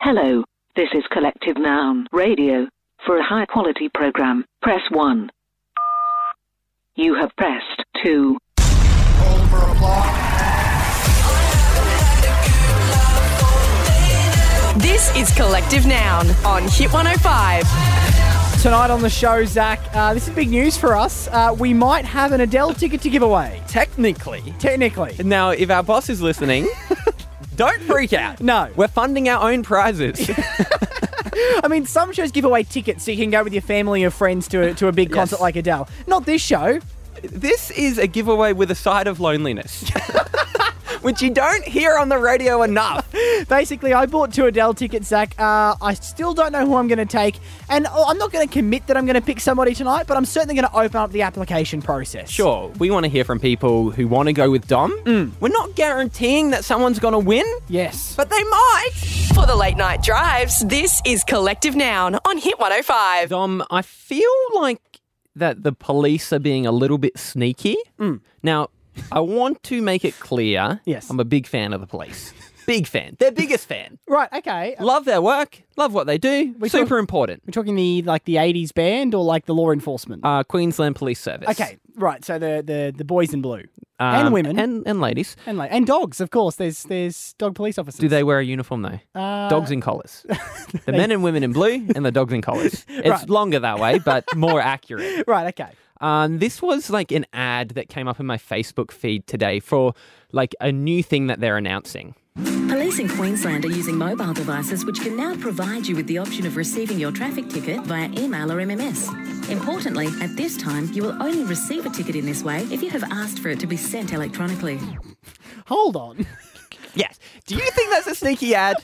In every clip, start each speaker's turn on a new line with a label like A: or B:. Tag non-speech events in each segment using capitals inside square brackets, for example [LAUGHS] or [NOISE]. A: Hello, this is Collective Noun Radio. For a high quality program, press 1. You have pressed 2.
B: This is Collective Noun on Hit 105.
C: Tonight on the show, Zach, uh, this is big news for us. Uh, we might have an Adele ticket to give away,
D: Technically.
C: technically.
D: Now, if our boss is listening, [LAUGHS] don't freak out.
C: No.
D: We're funding our own [LAUGHS] prizes.
C: I mean, some shows give away tickets so you can go with your family or friends to a, to a big concert like Adele. Not this show.
D: this is a giveaway with a side of loneliness, [LAUGHS] which you don't hear on the radio enough.
C: Basically, I bought two Adele tickets, Zach. Uh, I still don't know who I'm going to take. And oh, I'm not going to commit that I'm going to pick somebody tonight, but I'm certainly going to open up the application process.
D: [LAUGHS] Sure, we want to hear from people who want to go with Dom. We're not guaranteeing that someone's going to win,
C: Yes.
D: but they might.
B: For the late night drives, this is Collective Noun on Hit 105.
D: Dom, I feel like that the police are being a little bit sneaky. Now, I want to make it clear.
C: Yes.
D: I'm a big fan of the [LAUGHS] police. Big fan. Their biggest fan.
C: Right, okay. Uh,
D: Love their work. Love what they do.
C: We
D: Super
C: talk-
D: important.
C: we're talking the like the 80s band or like the law enforcement?
D: Uh, Queensland Police Service.
C: okay, right. So the, the, the boys in blue.
D: Um,
C: and women.
D: and and ladies.
C: And like and dogs, of course. There's there's dog police officers.
D: Do they wear a uniform though?
C: Uh,
D: dogs in [LAUGHS] collars. the men and women in blue, and the dogs in [LAUGHS] collars. It's
C: Right.
D: longer that way, but more accurate. [LAUGHS]
C: Right. Okay.
D: Um, this was like an ad that came up in my Facebook feed today for like a new thing that they're announcing.
E: Police in Queensland are using mobile devices which can now provide you with the option of receiving your traffic ticket via email or MMS. Importantly, at this time, you will only receive a ticket in this way if you have asked for it to be sent electronically.
C: Hold on.
D: Yes. Do you think that's a sneaky ad?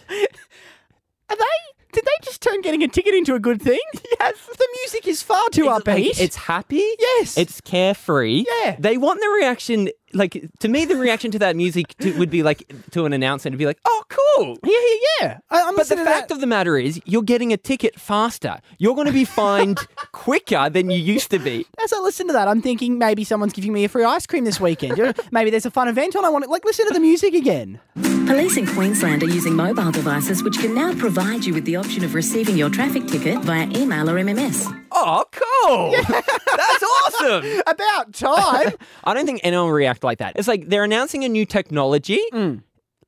C: Are they? Did they just turn getting a ticket into a good
D: [LAUGHS]
C: thing? Yes. The music is far too upbeat.
D: Like, it's happy.
C: Yes.
D: It's carefree.
C: Yeah.
D: They want the reaction. Like to me, the reaction to that music to, would be like to an announcement to be like, "Oh, cool."
C: yeah, yeah, yeah. I, I'm
D: But the
C: listening to
D: fact
C: that.
D: of the matter is, you're getting a ticket faster. You're going to
C: [LAUGHS]
D: be fined quicker than you used to be.
C: as I listen to that, I'm thinking maybe someone's giving me a free ice cream this weekend. You know, [LAUGHS] maybe there's a fun event on. I want to like listen to the music again.
E: Police in Queensland are using mobile devices which can now provide you with the option of receiving your traffic ticket via email or MMS.
D: Oh, [LAUGHS] cool. That's awesome.
C: About time.
D: I don't think anyone will react like that. It's like they're announcing a new technology,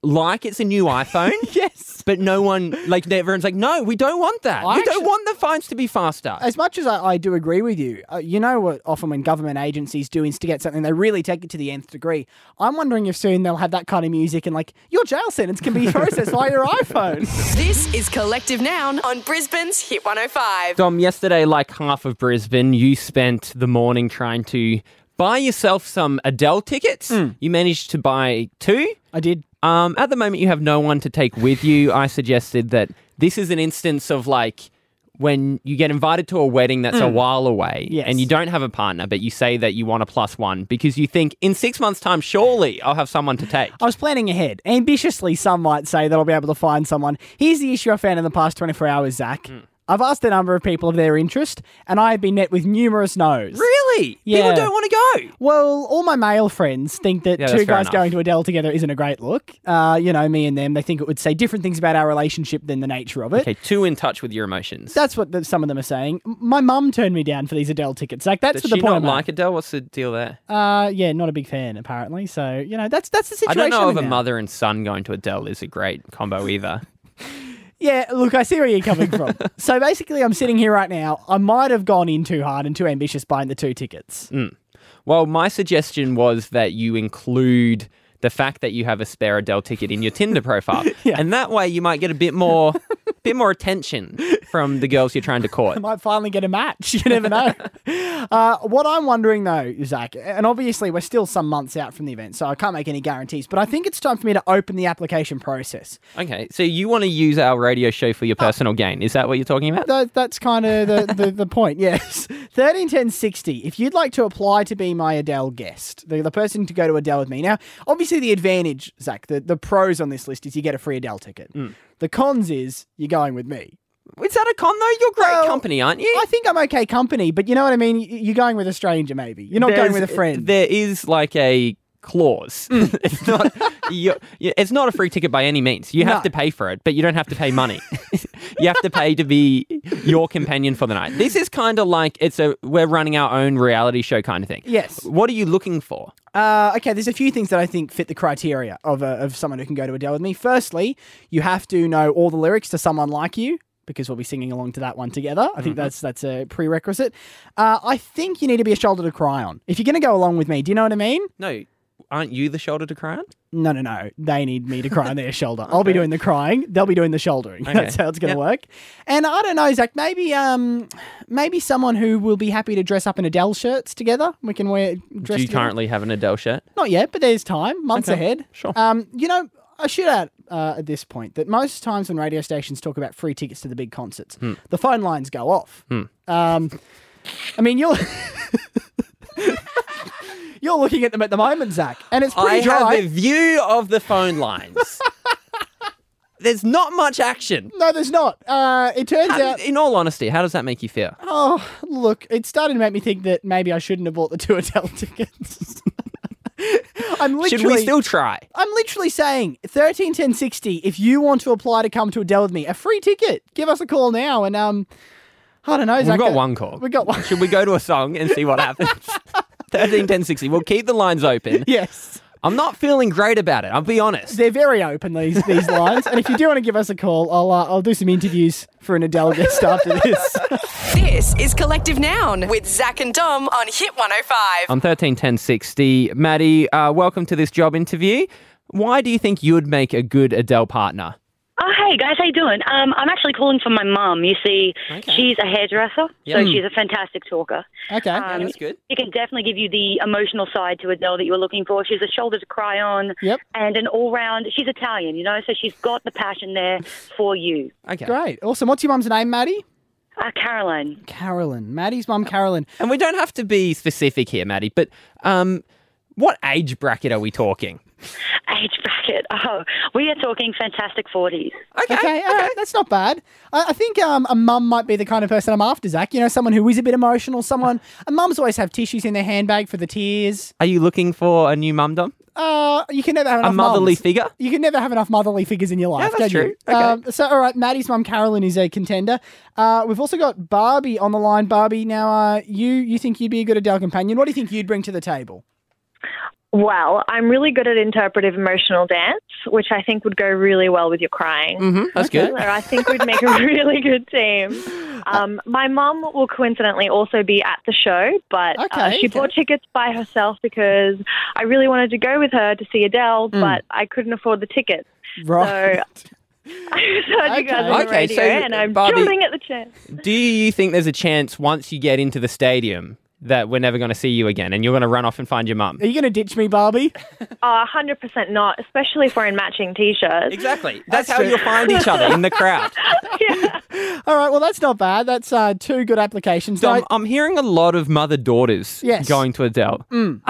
D: like it's
C: [LAUGHS]
D: a new iPhone.
C: [LAUGHS] Mm. yes.
D: But no one, like everyone's like, no, we don't want that.
C: I
D: we
C: actu-
D: don't want the fines to be faster.
C: As much as I, I do agree with you, uh, you know what often when government agencies do instigate something, they really take it to the nth degree. I'm wondering if soon they'll have that kind of music and like your jail sentence can be processed via your iPhone.
B: This is Collective Noun on Brisbane's Hit 105.
D: Dom, yesterday, like half of Brisbane, you spent the morning trying to buy yourself some Adele tickets.
C: Hmm.
D: You managed to buy two.
C: I did.
D: Um, at the moment, you have no one to take with you. I suggested that this is an instance of like when you get invited to a wedding that's a while away
C: Hmm. Yes.
D: and you don't have a partner, but you say that you want a plus one because you think in six months' time, surely I'll have someone to take.
C: I was planning ahead. Ambitiously, some might say that I'll be able to find someone. Here's the issue I found in the past 24 hours, Zach. I've asked a number of people of their interest, and I have been met with numerous no's.
D: Really?
C: Yeah.
D: People don't want to go.
C: Well, all my male friends think that
D: Yeah, that's
C: two
D: fair
C: guys
D: enough.
C: going to Adele together isn't a great look. Uh, you know, me and them, they think it would say different things about our relationship than the nature of it.
D: Okay, too in touch with your emotions.
C: That's what the, some of them are saying. M- My mum turned me down for these Adele tickets. Like that's
D: Does
C: the
D: she
C: point.
D: not
C: I'm at.
D: like Adele? What's the deal there?
C: Uh, yeah, not a big fan apparently. So you know, that's that's the
D: I
C: situation.
D: don't know
C: I'm
D: if a
C: in now.
D: mother and son going to Adele is a great combo either.
C: Yeah, look, I see where you're coming
D: [LAUGHS]
C: from. so basically, I'm sitting here right now. I might have gone in too hard and too ambitious buying the two tickets.
D: Well, my suggestion was that you include the fact that you have a spare Adele ticket in your Tinder [LAUGHS] profile,
C: Yeah.
D: and that way you might get a bit [LAUGHS] more, bit more attention from the girls you're trying to court.
C: I [LAUGHS] might finally get a match. [LAUGHS] You never know. uh, what I'm wondering though, Zach, and obviously we're still some months out from the event, so I can't make any guarantees. But I think it's time for me to open the application process.
D: Okay, so you want to use our radio show for your personal gain? Is that what you're talking about?
C: That, that's kind of the, the, the point, yes. [LAUGHS] 13, 10, 60. If you'd like to apply to be my Adele guest, the, the person to go to Adele with me. Now, obviously, the advantage, Zach, the, the pros on this list is you get a free Adele ticket.
D: Mm.
C: The cons is you're going with me.
D: Is that a con though? You're great
C: Well,
D: company, aren't you?
C: I think I'm okay company, but you know what I mean? Y- You're going with a stranger, maybe. You're not going
D: There's-
C: with a friend. Mm.
D: There is like a clause. [LAUGHS] it's not. you you- it's not a free ticket by any means. You
C: No.
D: have to pay for it, but you don't have to pay money. you have to pay to be your companion for the night. This is kind of like it's a we're running our own reality show kind of thing.
C: Yes.
D: What are you looking for?
C: Uh, okay, there's a few things that I think fit the criteria of, a, of someone who can go to Adele with me. Firstly, you have to know all the lyrics to Someone Like You because we'll be singing along to that one together. I
D: Mm-hmm.
C: think that's that's a prerequisite. Uh, I think you need to be a shoulder to cry on. If you're going to go along with me, do you know what I mean?
D: No, aren't you the shoulder to cry on?
C: No, no, no. They need me to cry on their shoulder. I'll be doing the crying. They'll be doing the shouldering. That's
D: Okay.
C: how it's going to
D: Yep.
C: work. And I don't know, Zach. Maybe, um, maybe someone who will be happy to dress up in Adele shirts together. We can wear dress.
D: Do you
C: together.
D: currently have an Adele shirt?
C: Not yet, but there's time, months
D: Okay,
C: ahead.
D: sure.
C: Um, you know, I should add uh, at this point that most times when radio stations talk about free tickets to the big concerts,
D: Hmm.
C: the phone lines go off. Um, I mean, you're you're looking at them at the moment, Zach, and it's pretty
D: I
C: dry.
D: have a view of the
C: [LAUGHS]
D: phone lines. There's not much action.
C: No, there's not. Uh, it turns
D: How-
C: out.
D: in all honesty, how does that make you feel?
C: Oh, look, it started to make me think that maybe I shouldn't have bought the [LAUGHS] two Adele tickets. I'm literally.
D: Should we still try?
C: I'm literally saying thirteen ten sixty. If you want to apply to come to Adele with me, a free ticket. Give us a call now, and um, I don't know.
D: We've got one call.
C: We got one. [LAUGHS]
D: Should we go to a song and see what happens? 13, 10, 60. We'll keep the lines open.
C: yes,
D: I'm not feeling great about it. I'll be honest.
C: they're very open these
D: [LAUGHS]
C: these lines. And if you do want to give us a call, I'll uh, I'll do some interviews for an Adele guest after this. [LAUGHS]
B: This is Collective Noun with Zach and Dom on Hit 105.
D: On 13, 10, 60, Maddie, uh, welcome to this job interview. Why do you think you would make a good Adele partner?
F: Oh, hey guys, how you doing? Um, I'm actually calling for my mum. You see,
D: Okay.
F: she's a hairdresser,
D: Yeah.
F: so she's a fantastic talker.
C: Okay.
F: Um,
D: that's good.
F: She can definitely give you the emotional side to Adele that you were looking for. She's a shoulder to cry on,
C: Yep.
F: and an all-round. She's Italian, you know, so she's got the passion there for you.
D: Okay.
C: Great. Awesome. What's your mum's name, Maddie?
F: Uh, Caroline,
C: Carolyn. Maddie's mum, Carolyn.
D: And we don't have to be specific here, Maddie, but um, what age bracket are we talking?
F: age bracket. Oh, we are talking fantastic forties.
C: Okay, all right, that's not bad. I, I think um, a mum might be the kind of person I'm after, Zach. You know, someone who is a bit emotional. Someone, [LAUGHS] and mums always have tissues in their handbag for the tears.
D: Are you looking for a new mum, Dom?
C: Uh, you can never have enough
D: a motherly
C: mums.
D: figure?
C: You can never have enough motherly figures in your life, can you?
D: that's true. Okay.
C: Um, so, all right, Maddie's mum, Carolyn, is a contender. Uh, we've also got Barbie on the line. Barbie, now uh, you you think you'd be a good Adele companion? What do you think you'd bring to the table?
G: Well, I'm really good at interpretive emotional dance, which I think would go really well with your crying.
D: Mm-hmm. That's
G: So
D: good.
G: I think
D: [LAUGHS]
G: we'd make a really good team. Um, my mum will coincidentally also be at the show, but uh,
C: Okay,
G: she bought tickets by herself because I really wanted to go with her to see Adele,
D: Mm.
G: but I couldn't afford the
D: [LAUGHS]
G: tickets.
C: Right.
G: [LAUGHS] I heard you guys on the
D: Okay. Okay,
G: radio,
D: so,
G: and I'm
D: Barbie-
G: jumping at the chance.
D: Do you think there's a chance once you get into the stadium that we're never going to see you again and you're going to run off and find your mum?
C: [LAUGHS] Are you going to ditch me, Barbie? [LAUGHS]
G: Oh, 100% not, especially if we're in matching t-shirts.
D: Exactly. That's, how you'll find each other in the
C: [LAUGHS]
D: crowd.
G: [LAUGHS]
C: All right, well, that's not bad. That's uh, two good applications.
D: So I'm,
C: No,
D: I'm hearing a lot of mother daughters
C: Yes. Mm.
D: going to Adele. [LAUGHS] maybe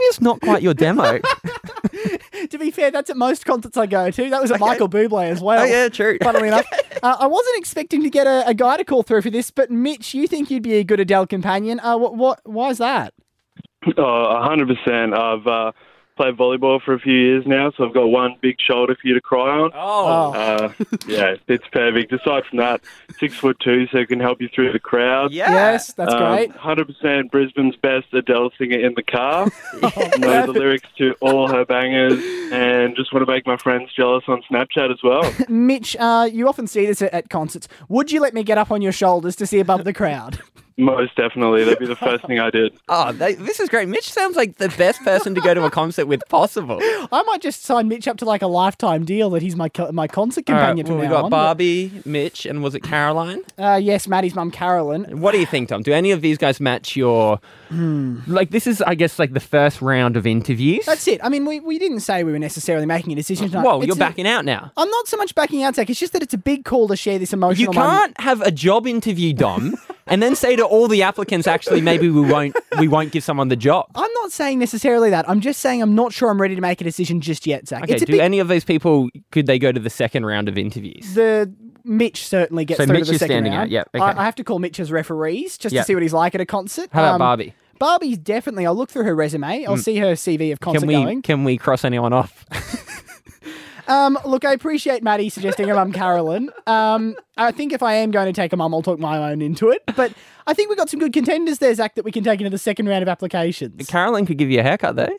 D: it's not quite your demo.
C: [LAUGHS] to be fair, that's at most concerts I go to. That was at Michael Bublé as well.
D: Oh, yeah, true.
C: Funnily
D: [LAUGHS]
C: enough, uh, I wasn't expecting to get a, a guy to call through for this, but Mitch, you think you'd be a good Adele companion? Uh, what? What? Why is that?
H: Oh, a hundred percent. I've uh, played volleyball for a few years now, so I've got one big shoulder for you to cry on.
D: oh,
H: Uh, yeah, it's perfect. Aside from that, six foot two, so it can help you through the crowd. Um,
D: yeah. [LAUGHS]
C: Yes, that's
D: Um,
C: great.
H: Hundred percent Brisbane's best Adele singer in
C: [LAUGHS]
H: the car.
C: Oh,
H: know the lyrics to all her bangers, and just want to make my friends jealous on Snapchat as
C: [LAUGHS]
H: well.
C: Mitch, uh, you often see this at, at concerts. Would you let me get up on your shoulders to see above the crowd? [LAUGHS]
H: Most definitely, that'd be the first thing I did.
D: Oh, they, this is great. Mitch sounds like the best person to go to a concert with possible.
C: [LAUGHS] I might just sign Mitch up to like a lifetime deal that he's my co- my concert
D: All right,
C: companion
D: well,
C: from
D: we
C: now
D: got
C: on.
D: Barbie, Mitch, and was it Caroline?
C: Uh, yes, Maddie's mum, Carolyn.
D: What do you think, Tom? Do any of these guys match your? Like this is, I guess, like the first round of interviews.
C: Hmm. That's it. I mean, we, we didn't say we were necessarily making a decision tonight.
D: Whoa,
C: It's
D: you're
C: a-
D: backing out now.
C: I'm not so much backing out, Zach. It's just that it's a big call to share this emotional
D: You
C: moment.
D: can't have a job
C: [LAUGHS]
D: interview, Dom, and then say to all the applicants, actually, maybe we won't, we won't give someone the job.
C: I'm not saying necessarily that. I'm just saying I'm not sure I'm ready to make a decision just yet, Zach. [LAUGHS]
D: Okay,
C: it's a
D: do
C: big,
D: any of these people could they go to the second round of interviews?
C: the Mitch certainly gets
D: So
C: through
D: Mitch
C: to the
D: is
C: second
D: standing
C: round.
D: out, yep,
C: I,
D: okay.
C: I have to call Mitch as referees just
D: Yep.
C: to see what he's like at a concert.
D: How about
C: Um,
D: Barbie? Mm.
C: Barbie's definitely. I'll look through her resume. I'll see her CV of concert
D: Can we
C: going.
D: can we cross
C: [LAUGHS]
D: anyone off?
C: Um, look, I appreciate Maddie suggesting a
D: [LAUGHS]
C: mum, Carolyn. Um, I think if I am going to take a mum, I'll talk my own into it. But I think we've got some good contenders there, Zach, that we can take into the second round of applications. [LAUGHS]
D: Carolyn could give you a haircut though.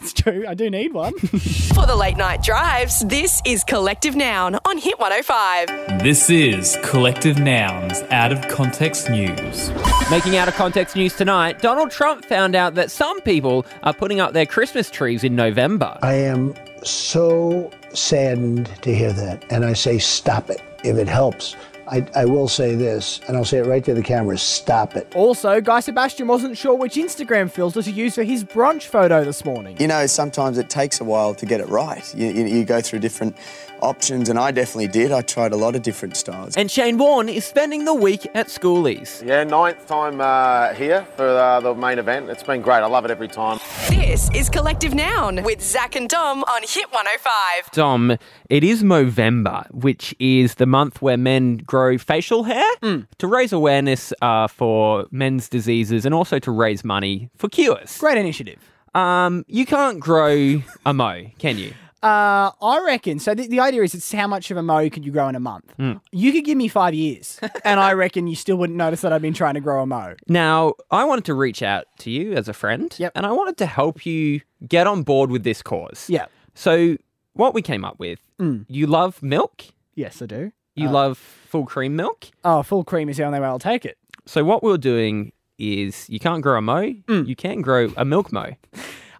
C: It's true. I do need one.
B: For the late night drives, this is Collective Noun on Hit 105.
I: This is Collective Nouns Out of Context News.
D: Making out of context news tonight, Donald Trump found out that some people are putting up their Christmas trees in November.
J: I am so saddened to hear that. And I say, stop it if it helps. I, I will say this, and I'll say it right to the camera stop it.
C: also, Guy Sebastian wasn't sure which Instagram filter to use for his brunch photo this morning.
K: You know, sometimes it takes a while to get it right. You, you, you go through different options, and I definitely did. I tried a lot of different styles.
D: And Shane Warne is spending the week at schoolies.
L: Yeah, ninth time uh, here for uh, the main event. It's been great. I love it every time.
B: This is Collective Noun with Zach and Dom on Hit 105.
D: Dom, it is Movember, which is the month where men grow facial hair
C: Hmm.
D: to raise awareness uh, for men's diseases and also to raise money for cures.
C: Great initiative.
D: Um, you can't grow a mo, can you?
C: Uh, I reckon. So the, the idea is, it's how much of a mo can you grow in a month? You could give me five [LAUGHS] years, and I reckon you still wouldn't notice that I've been trying to grow a mo.
D: Now, I wanted to reach out to you as a friend,
C: Yep.
D: and I wanted to help you get on board with this cause.
C: Yeah. Hmm.
D: So, what we came up with, you love milk,
C: Yes, I do.
D: you love full cream milk.
C: Oh, full cream is the only way I'll take it.
D: So, what we we're doing is you can't grow a mo,
C: Hmm.
D: you can grow a milk mo.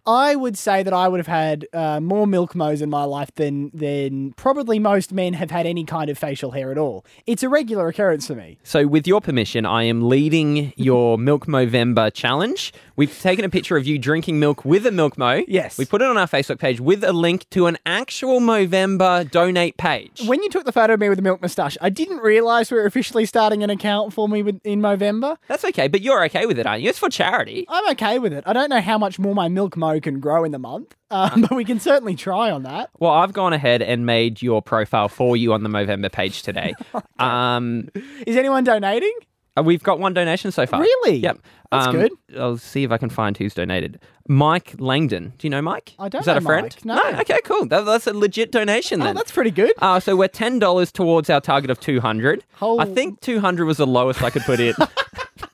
C: I would say that I would have had uh, more milk mows in my life than than probably most men have had any kind of facial hair at all. It's a regular occurrence for me.
D: So, with your permission, I am leading
C: [LAUGHS]
D: your Milk Movember challenge. We've taken a picture of you drinking milk with a Milk Mo.
C: Yes.
D: We put it on our Facebook page with a link to an actual Movember donate page.
C: When you took the photo of me with the milk moustache, I didn't realise we were officially starting an account for me with, in November.
D: That's okay, but you're okay with it, aren't you? It's for charity.
C: I'm okay with it. I don't know how much more my milk mo can grow in the month, [LAUGHS] um, but we can certainly try on that.
D: Well, I've gone ahead and made your profile for you on the Movember
C: [LAUGHS]
D: page today. um,
C: Is anyone donating?
D: uh, we've got one donation so far.
C: Really?
D: Yep. Um,
C: That's good.
D: I'll see if I can find who's donated. Mike Langdon. Do you know Mike?
C: I don't
D: Is that
C: know
D: a friend?
C: Mike, no.
D: Okay, cool. That, that's a legit donation
C: Oh,
D: then.
C: that's pretty good.
D: Uh, so we're ten dollars towards our target of two hundred.
C: Whole-
D: I think two hundred was the lowest I could
C: [LAUGHS]
D: put in.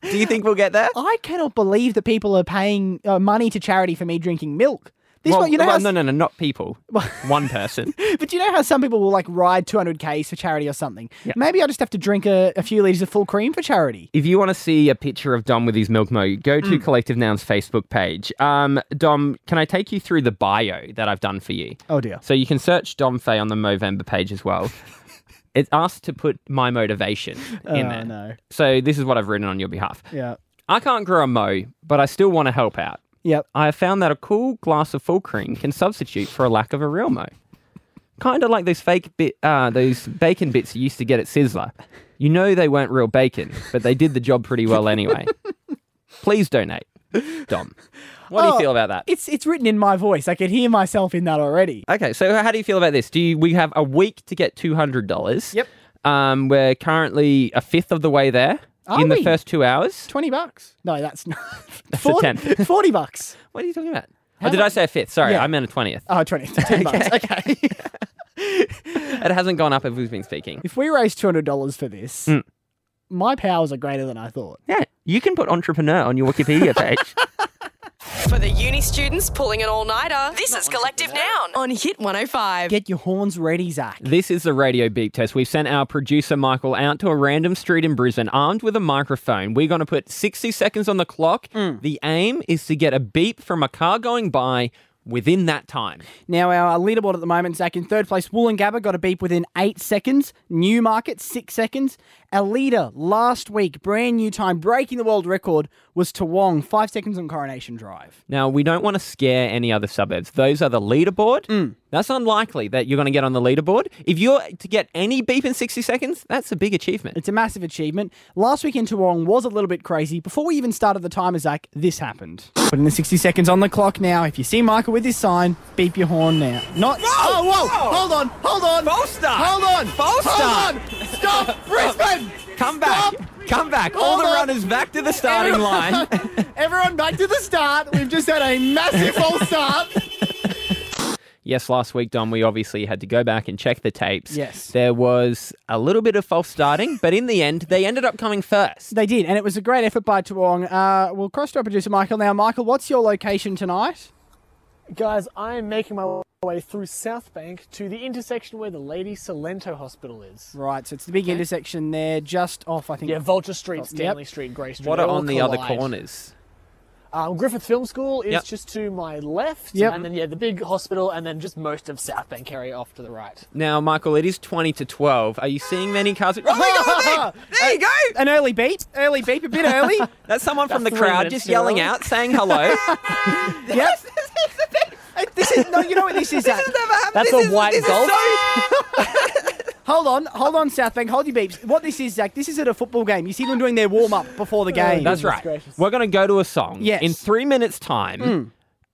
D: Do you think we'll get that?
C: I cannot believe that people are paying uh, money to charity for me drinking milk. This
D: Well,
C: one, you know,
D: well,
C: how,
D: no, no, no, not people. [LAUGHS] One person.
C: [LAUGHS] but you know how some people will like ride 200 k's for charity or something. Maybe I just have to drink a, a few liters of full cream for charity.
D: If you want to see a picture of Dom with his milk mo, go to
C: Mm.
D: Collective Noun's Facebook page. Um, Dom, can I take you through the bio that I've done for you?
C: Oh dear.
D: So you can search Dom Fay on the Movember page
C: [LAUGHS]
D: as well. It's asked to put my motivation in
C: Oh,
D: there.
C: no.
D: So this is what I've written on your behalf.
C: Yeah.
D: I can't grow a mo, but I still want to help out.
C: Yep.
D: I have found that a cool glass of full cream can substitute for a lack of a real mo. Kind of like those fake bit, uh, those bacon bits you used to get at Sizzler. You know they weren't real bacon, but they did the job pretty well anyway. Please donate, Dom. What do
C: Oh,
D: you feel about that?
C: It's it's written in my voice. I can hear myself in that already.
D: Okay, so how do you feel about this? Do you, we have a week to get two hundred dollars?
C: Yep.
D: Um, we're currently a fifth of the way there
C: Are
D: in
C: we?
D: the first two hours.
C: 20 bucks. No, that's
D: [LAUGHS]
C: not.
D: a
C: 40, [LAUGHS]
D: 10.
C: 40 bucks.
D: What are you talking about?
C: How
D: Oh, did
C: mu-
D: I say a fifth? Sorry,
C: Yeah.
D: I meant a twentieth.
C: Oh, 20.
D: [LAUGHS]
C: 10 bucks. Okay.
D: It hasn't gone up if we've been speaking.
C: If we raise two hundred dollars for this,
D: Mm.
C: my powers are greater than I thought.
D: Yeah, you can put entrepreneur on your Wikipedia page.
B: For the uni students pulling an all nighter, this is Collective Noun on Hit 105.
C: Get your horns ready, Zach.
D: [LAUGHS] this is the radio beep test. We've sent our producer Michael out to a random street in Brisbane armed with a microphone. We're going to put 60 seconds on the clock. The aim is to get a beep from a car going by within that time.
C: Now our leaderboard at the moment, Zach in third place, Wollongabba got a beep within eight seconds. Newmarket six seconds. Our leader last week, brand new time, breaking the world record was Toowong, five seconds on Coronation Drive.
D: Now, we don't want to scare any other suburbs. Those are the leaderboard. That's unlikely that you're going to get on the leaderboard. If you're to get any beep in 60 seconds, that's a big achievement.
C: It's a massive achievement. Last week in Toowong was a little bit crazy. Before we even started the timer, Zach, this happened. Putting the 60 seconds on the clock now. If you see Michael with this sign, beep your horn now. Not. Oh, whoa! Hold on! Hold on!
D: False start.
C: Hold on!
D: False
C: Hold
D: start. [LAUGHS]
C: on! Stop! [LAUGHS] Brisbane!
D: Come back.
C: Stop!
D: comeback. All the
C: Hold on.
D: runners
C: [LAUGHS]
D: back to the starting
C: Everyone-
D: line.
C: [LAUGHS] Everyone back to the start. We've just had a massive false start.
D: Yes, last week, Don, we obviously had to go back and check the tapes.
C: Yes.
D: There was a little bit of false starting, but in the end, they ended up coming
C: [LAUGHS]
D: first.
C: They did, and it was a great effort by Tuong. Uh, we'll cross to our producer Michael now. Michael, what's your location tonight?
M: Guys, I am making my way through South Bank to the intersection where the Lady Salento Hospital is.
C: Right, so it's the big intersection there, just off, I think.
M: Yeah,
C: [LAUGHS]
M: Vulture Street,
C: Yep.
M: Stanley Street, Grey Street.
D: Oh, What are
M: they all
D: on the other
M: collide.
D: corners?
M: Um, Griffith Film School is
D: Yep.
M: just to my left,
D: Yep.
M: and then yeah, the big hospital, and then just most of South Bank area off to the right.
D: Now, Michael, it is 20 to 12. Are you seeing many cars? Oh, my God!
C: [LAUGHS]
D: [LAUGHS]
C: there you go. An early beat, early beat, a bit [LAUGHS] early.
D: That's someone from the crowd just yelling out, saying hello.
C: yep. this is no, you know what [LAUGHS] this [LAUGHS] is. Zach?
M: That's This a is- white this is golf?
C: hold on, hold on, South Bank, hold your beeps. What this is, Zach? This is at a football game. You see them doing their warm up before the game.
D: That's right. We're going to go to a song.
C: Yes.
D: In three minutes' time,
C: Mm.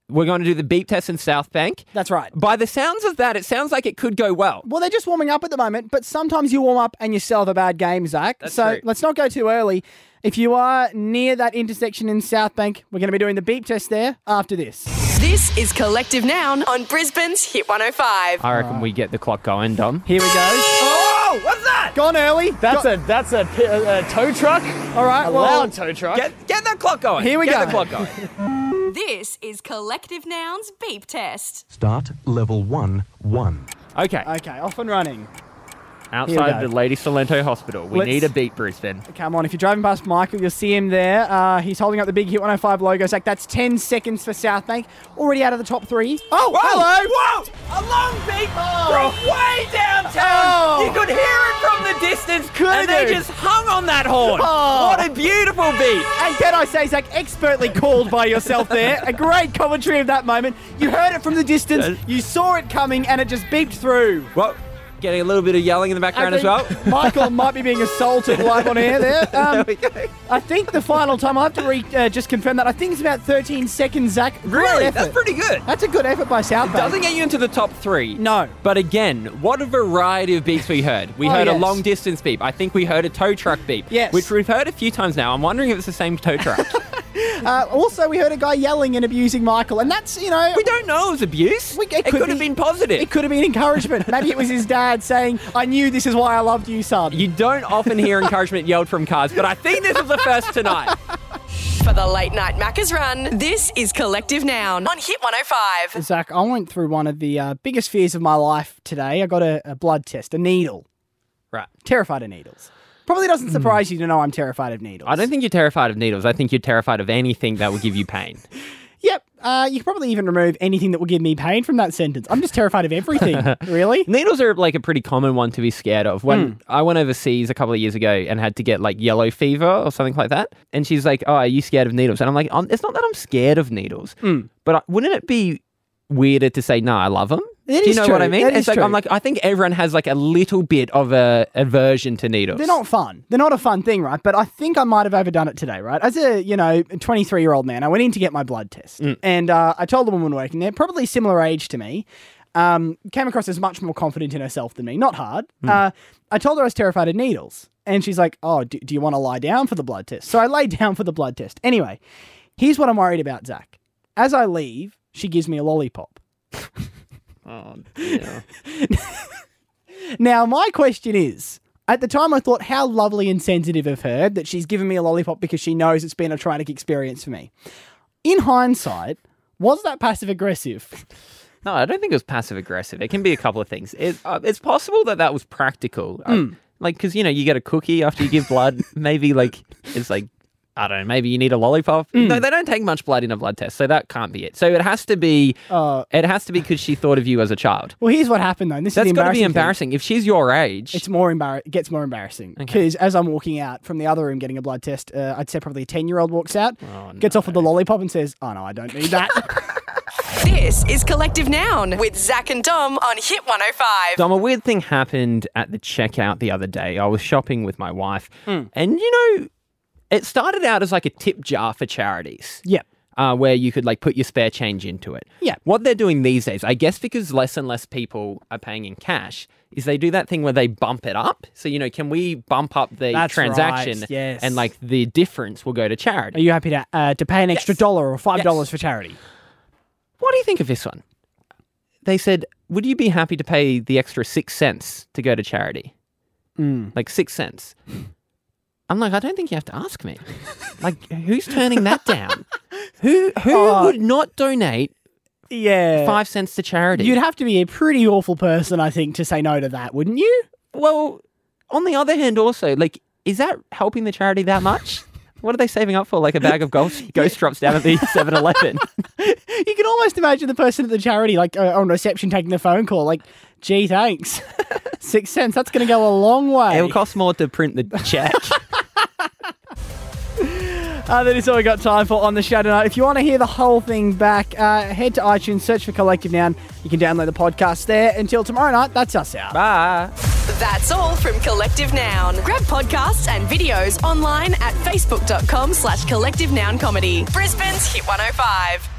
D: we're going to do the beep test in South Bank.
C: That's right.
D: By the sounds of that, it sounds like it could go well.
C: Well, they're just warming up at the moment, but sometimes you warm up and you still have a bad game, Zach.
D: That's
C: so
D: true.
C: let's not go too early. If you are near that intersection in South Bank, we're going to be doing the beep test there after this.
B: This is Collective Noun on Brisbane's Hit 105.
D: I reckon we get the clock going, Dom.
C: Here we go.
D: Oh, what's that?
C: Gone early.
M: That's a that's a, pi- a, a tow truck.
C: All right,
M: a
C: well-
M: loud tow truck.
D: Get, get that clock going.
M: Here we
D: Get
M: go.
D: the clock going.
B: This is Collective Noun's beep test.
N: Start level 1 1.
D: [LAUGHS] Okay.
C: Okay, off and running.
D: Outside
C: go.
D: the Lady Salento Hospital. We
C: Let's-
D: need a beat, Brisbane.
C: Come on, if you're driving past Michael, you'll see him there. Uh, he's holding up the big Hit 105 logo, Zach. That's 10 seconds for South Bank. Already out of the top three. Oh, hello.
D: Whoa! Oh. A long beep from way downtown.
C: Oh.
D: You could hear it from the distance.
C: Couldn't
D: and they
C: you?
D: just hung on that horn.
C: Oh.
D: What a beautiful beat.
C: And can I say, Zach, expertly called by yourself there. A great commentary of that moment. You heard it from the distance, you saw it coming, and it just beeped through.
D: Well, getting a little bit of yelling in the background as well. [LAUGHS]
C: Michael might be being assaulted live on air there. Um, I think the final time, I have to re- uh, just confirm that. I think it's about 13 seconds, Zach. Great
D: Really? That's
C: effort.
D: pretty good.
C: That's a good effort by South
D: It
C: Bank.
D: doesn't get you into the top three.
C: No.
D: But again, what a variety of beeps we heard. We
C: Oh,
D: heard a
C: yes.
D: long distance beep. I think we heard a tow truck beep.
C: Yes.
D: Which we've heard a few times now. I'm wondering if it's the same tow truck.
C: Uh, also, we heard a guy yelling and abusing Michael, and that's you know
D: [LAUGHS] we don't know it was abuse.
C: We, it,
D: could have been positive.
C: It could have been encouragement. Maybe it was his dad saying, "I knew this is why I loved you, son."
D: you don't often hear encouragement [LAUGHS] yelled from cars, but I think this was the first [LAUGHS] tonight.
B: For the late night Macca's run, this is Collective Noun on Hit 105.
C: Zach, I went through one of the uh, biggest fears of my life today. I got a, a blood test, a needle.
D: Right.
C: Terrified of needles. Probably doesn't surprise you to know I'm terrified of needles.
D: Hmm. I don't think you're terrified of needles. I think you're terrified of anything that will give you pain.
C: Yep. Uh, you could probably even remove anything that would give me pain from that sentence. I'm just terrified of everything.
D: [LAUGHS]
C: really?
D: Needles are like a pretty common one to be scared of.
C: Hmm.
D: When I went overseas a couple of years ago and had to get like yellow fever or something like that, and she's like, "Oh, are you scared of needles?" And I'm like, um, "It's not that I'm scared of needles,
C: Hmm.
D: but I, wouldn't it be weirder to say no? I love them."
C: It
D: Do you
C: is
D: know
C: true.
D: what I mean?
C: That
D: it's
C: is
D: like I'm
C: true.
D: like I think everyone has like a little bit of a aversion to needles.
C: They're not fun. They're not a fun thing, right? But I think I might have overdone it today, right? As a you know, 23 year old man, I went in to get my blood test, and uh, I told the woman working there, probably similar age to me, um, came across as much more confident in herself than me. Not hard. Uh, I told her I was terrified of needles, and she's like, "Oh, do, do you want to lie down for the blood test?" So I lay [LAUGHS] down for the blood test. Anyway, here's what I'm worried about, Zach. As I leave, she gives me a lollipop.
D: Oh,
C: Now, my question is at the time, I thought, how lovely and sensitive of her that she's given me a lollipop because she knows it's been a traumatic experience for me. In hindsight, was that passive aggressive?
D: No, I don't think it was passive aggressive. It can be a couple of things. It, uh, it's possible that that was practical. Uh,
C: Hmm.
D: like, because, you know, you get a cookie after you
C: [LAUGHS]
D: give blood. maybe, like, it's like, I don't know, maybe you need a lollipop.
C: Hmm.
D: No, they don't take much blood in a blood test, so that can't be it. So it has to be,
C: Uh,
D: it has to be because she thought of you as a child.
C: Well, here's what happened though. and This
D: That's
C: is
D: got to be
C: thing.
D: embarrassing. If she's your age,
C: It's more embar- it gets more embarrassing because as I'm walking out from the other room getting a blood test, uh, I'd say probably a 10 year old walks out,
D: Oh,
C: gets off with the lollipop, and says, Oh no, I don't need
D: [LAUGHS]
C: that.
B: This is Collective Noun with Zach and Dom on Hit 105.
D: Dom, a weird thing happened at the checkout the other day. I was shopping with my wife,
C: Hmm.
B: Mm.
D: and you know, it started out as like a tip jar for charities.
C: Yep.
D: uh, where you could like put your spare change into it.
C: Yeah.
D: What they're doing these days, I guess, because less and less people are paying in cash, is they do that thing where they bump it up. So you know, can we bump up the
C: That's
D: transaction?
C: right, yes.
D: And like the difference will go to charity.
C: Are you happy to uh, to pay an extra dollar or five dollars for charity?
D: What do you think of this one? They said, "Would you be happy to pay the extra six cents to go to charity?"
C: Mm.
D: Like six cents. I'm like, I don't think you have to ask me. like, who's turning that
C: [LAUGHS]
D: down? Who who
C: Oh.
D: would not donate?
C: Yeah,
D: five cents to charity.
C: You'd have to be a pretty awful person, I think, to say no to that, wouldn't you?
D: Well, on the other hand, also, like, is that helping the charity that much? what are they saving up for? Like a bag of ghost, ghost drops down at the 7 Eleven?
C: You can almost imagine the person at the charity, like uh, on reception, taking the phone call, like, "Gee, thanks, [LAUGHS] six cents. That's going to go a long way."
D: It will cost more to print the check.
C: Uh, that is all we got time for on the show tonight. If you want to hear the whole thing back, uh, head to iTunes, search for Collective Noun. You can download the podcast there. Until tomorrow night, that's us out.
D: Bye.
B: That's all from Collective Noun. Grab podcasts and videos online at facebook.com slash collective noun comedy. Brisbane's Hit 105.